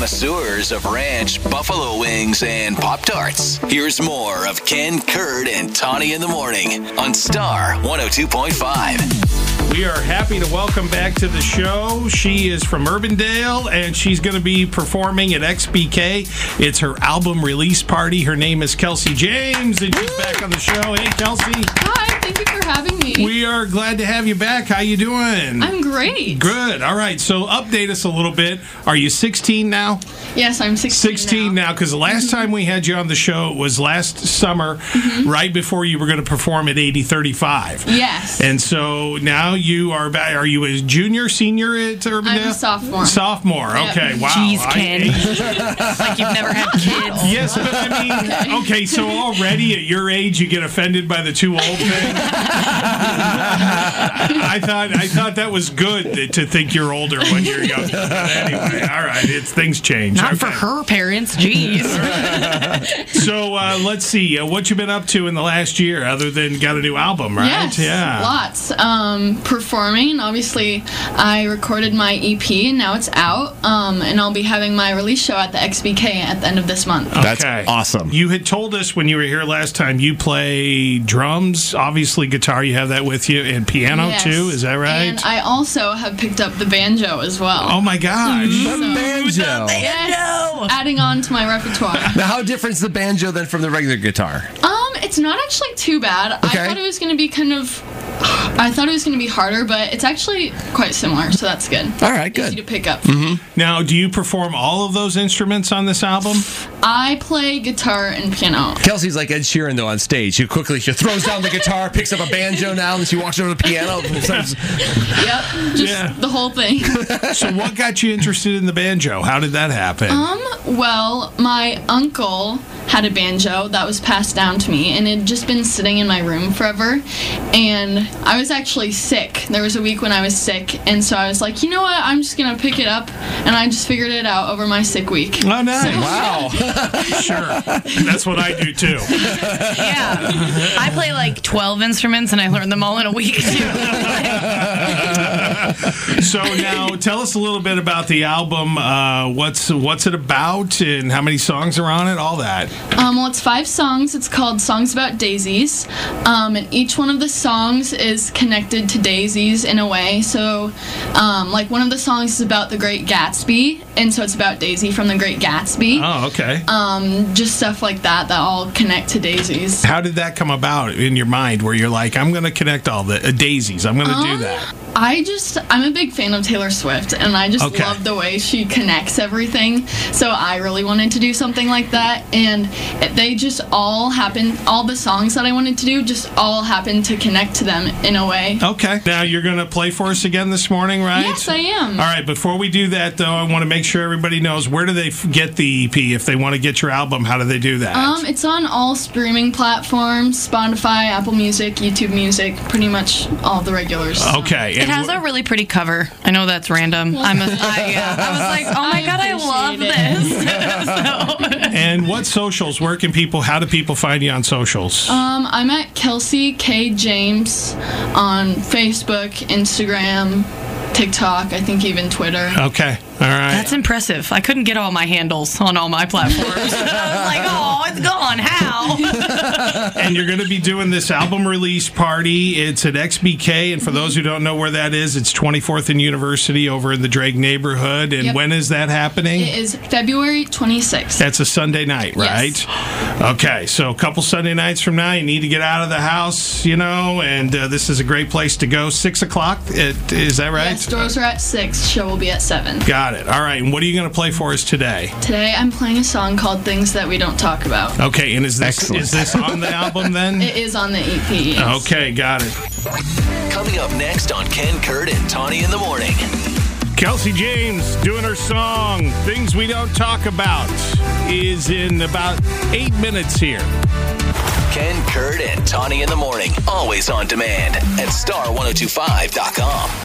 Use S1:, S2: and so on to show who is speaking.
S1: connoisseurs of ranch, buffalo wings, and Pop Tarts. Here's more of Ken Kurd and Tawny in the Morning on Star 102.5.
S2: We are happy to welcome back to the show. She is from Urbandale and she's going to be performing at XBK. It's her album release party. Her name is Kelsey James and she's back on the show. Hey, Kelsey.
S3: Hi, thank you for having me.
S2: We are glad to have you back. How you doing?
S3: I'm great.
S2: Good. All right. So update us a little bit. Are you 16 now?
S3: Yes, I'm 16.
S2: 16 now because the last time we had you on the show was last summer, right before you were going to perform at 8035.
S3: Yes.
S2: And so now you are ba- are you a junior, senior at Urbandale?
S3: I'm a sophomore.
S2: Sophomore.
S3: Yep.
S2: Okay. Wow.
S4: Jeez,
S2: I-
S4: Ken. like you've never had kids.
S2: Yes, but I mean, okay, so already at your age, you get offended by the too old thing. I thought I thought that was good that- to think you're older when you're young. But anyway, all right, it's things change.
S4: Not for
S2: Okay.
S4: her parents. Jeez.
S2: So uh, let's see uh, what you've been up to in the last year, other than got a new album, right?
S3: Yes, lots. Um, performing, obviously, I recorded my EP and now it's out. Um, and I'll be having my release show at the XBK at the end of this month.
S2: Oh,
S5: That's awesome.
S2: You had told us when you were here last time you play drums, obviously guitar. You have that with you, and piano
S3: Yes.
S2: too. Is that right?
S3: And I also have picked up the banjo as well.
S2: oh my gosh!
S3: Mm-hmm.
S5: The banjo.
S3: Yes, adding on to my repertoire.
S5: Now, how different is the banjo than from the regular guitar?
S3: Um, it's not actually too bad.
S5: Okay.
S3: I thought it was going to be kind of. I thought it was going to be harder, but it's actually quite similar, so that's good.
S5: All right,
S3: Easy to
S5: good.
S3: pick up.
S2: Now, do you perform all of those instruments on this album?
S3: I play guitar and piano.
S5: Kelsey's like Ed Sheeran though on stage. She quickly she throws down the guitar, picks up a banjo now, and she walks over to the piano. Sometimes-
S3: Yep, just
S2: Yeah.
S3: the whole thing.
S2: So, what got you interested in the banjo? How did that happen?
S3: um, well, my uncle had a banjo that was passed down to me, and it had just been sitting in my room forever. And I was actually sick. There was a week when I was sick, and so I was like, you know what? I'm just gonna pick it up, and I just figured it out over my sick week.
S2: oh, nice.
S5: wow.
S2: Sure. That's what I do too.
S4: Yeah. I play like 12 instruments and I learned them all in a week, too.
S2: So, now tell us a little bit about the album. Uh, what's what's it about and how many songs are on it? All that.
S3: Um, well, it's five songs. It's called Songs About Daisies. Um, and each one of the songs is connected to daisies in a way. So, um, like, one of the songs is about the Great Gatsby. And so it's about Daisy from the Great Gatsby.
S2: Oh, okay.
S3: Just stuff like that that all connect to daisies.
S2: how did that come about in your mind where you're like, I'm going to connect all the uh, daisies? I'm going to do
S3: Um,
S2: that.
S3: I just, I'm a big fan of Taylor Swift. And I just
S2: Okay.
S3: love the way she connects everything. So I really wanted to do something like that. And it- they just all happen, all the songs that I wanted to do just all happened to connect to them in a way.
S2: Okay. Now, you're going to play for us again this morning, right?
S3: Yes, I am.
S2: All right, before we do that, though, I want to make sure everybody knows where do they f- get the EP? If they want to get your album, how do they do that?
S3: Um, it's on all streaming platforms: Spotify, Apple Music, YouTube Music, pretty much all the regulars.
S2: okay.
S4: It
S2: and
S4: has
S2: wh-
S4: a really pretty cover. I know that's random. I'm a, I, uh, I was like, oh my
S3: I
S4: God, I
S3: appreciate
S4: love this. So-
S2: and what socials? Where can people, how do people find you on socials?
S3: Um, I'm at Kelsey K James on Facebook, Instagram, TikTok. I think even Twitter.
S2: okay. All right.
S4: That's impressive. I couldn't get all my handles on all my platforms. I was like, oh, it's gone. How?
S2: and you're going to be doing this album release party. It's at XBK. And for those who don't know where that is, it's 24th and University over in the Drake neighborhood. And
S3: Yep.
S2: when is that happening?
S3: It is February 26th.
S2: That's a Sunday night, right?
S3: Yes.
S2: Okay, so a couple Sunday nights from now, you need to get out of the house, you know, and uh, this is a great place to go. Six o'clock, it, is that right?
S3: Yes, doors are at six. Show will be at seven.
S2: Got it. All right, and what are you going to play for us today?
S3: Today I'm playing a song called "Things That We Don't Talk About."
S2: Okay, and is this
S5: Excellent.
S2: is this on the album then?
S3: It is on the E EP. yes.
S2: Okay, got it.
S1: Coming up next on Ken Kurd and Tawny in the Morning.
S2: Kelsey James doing her song "Things We Don't Talk About" is in about eight minutes here.
S1: oh Ken Kurd and Tawny in the Morning. Always on demand at star1025.com.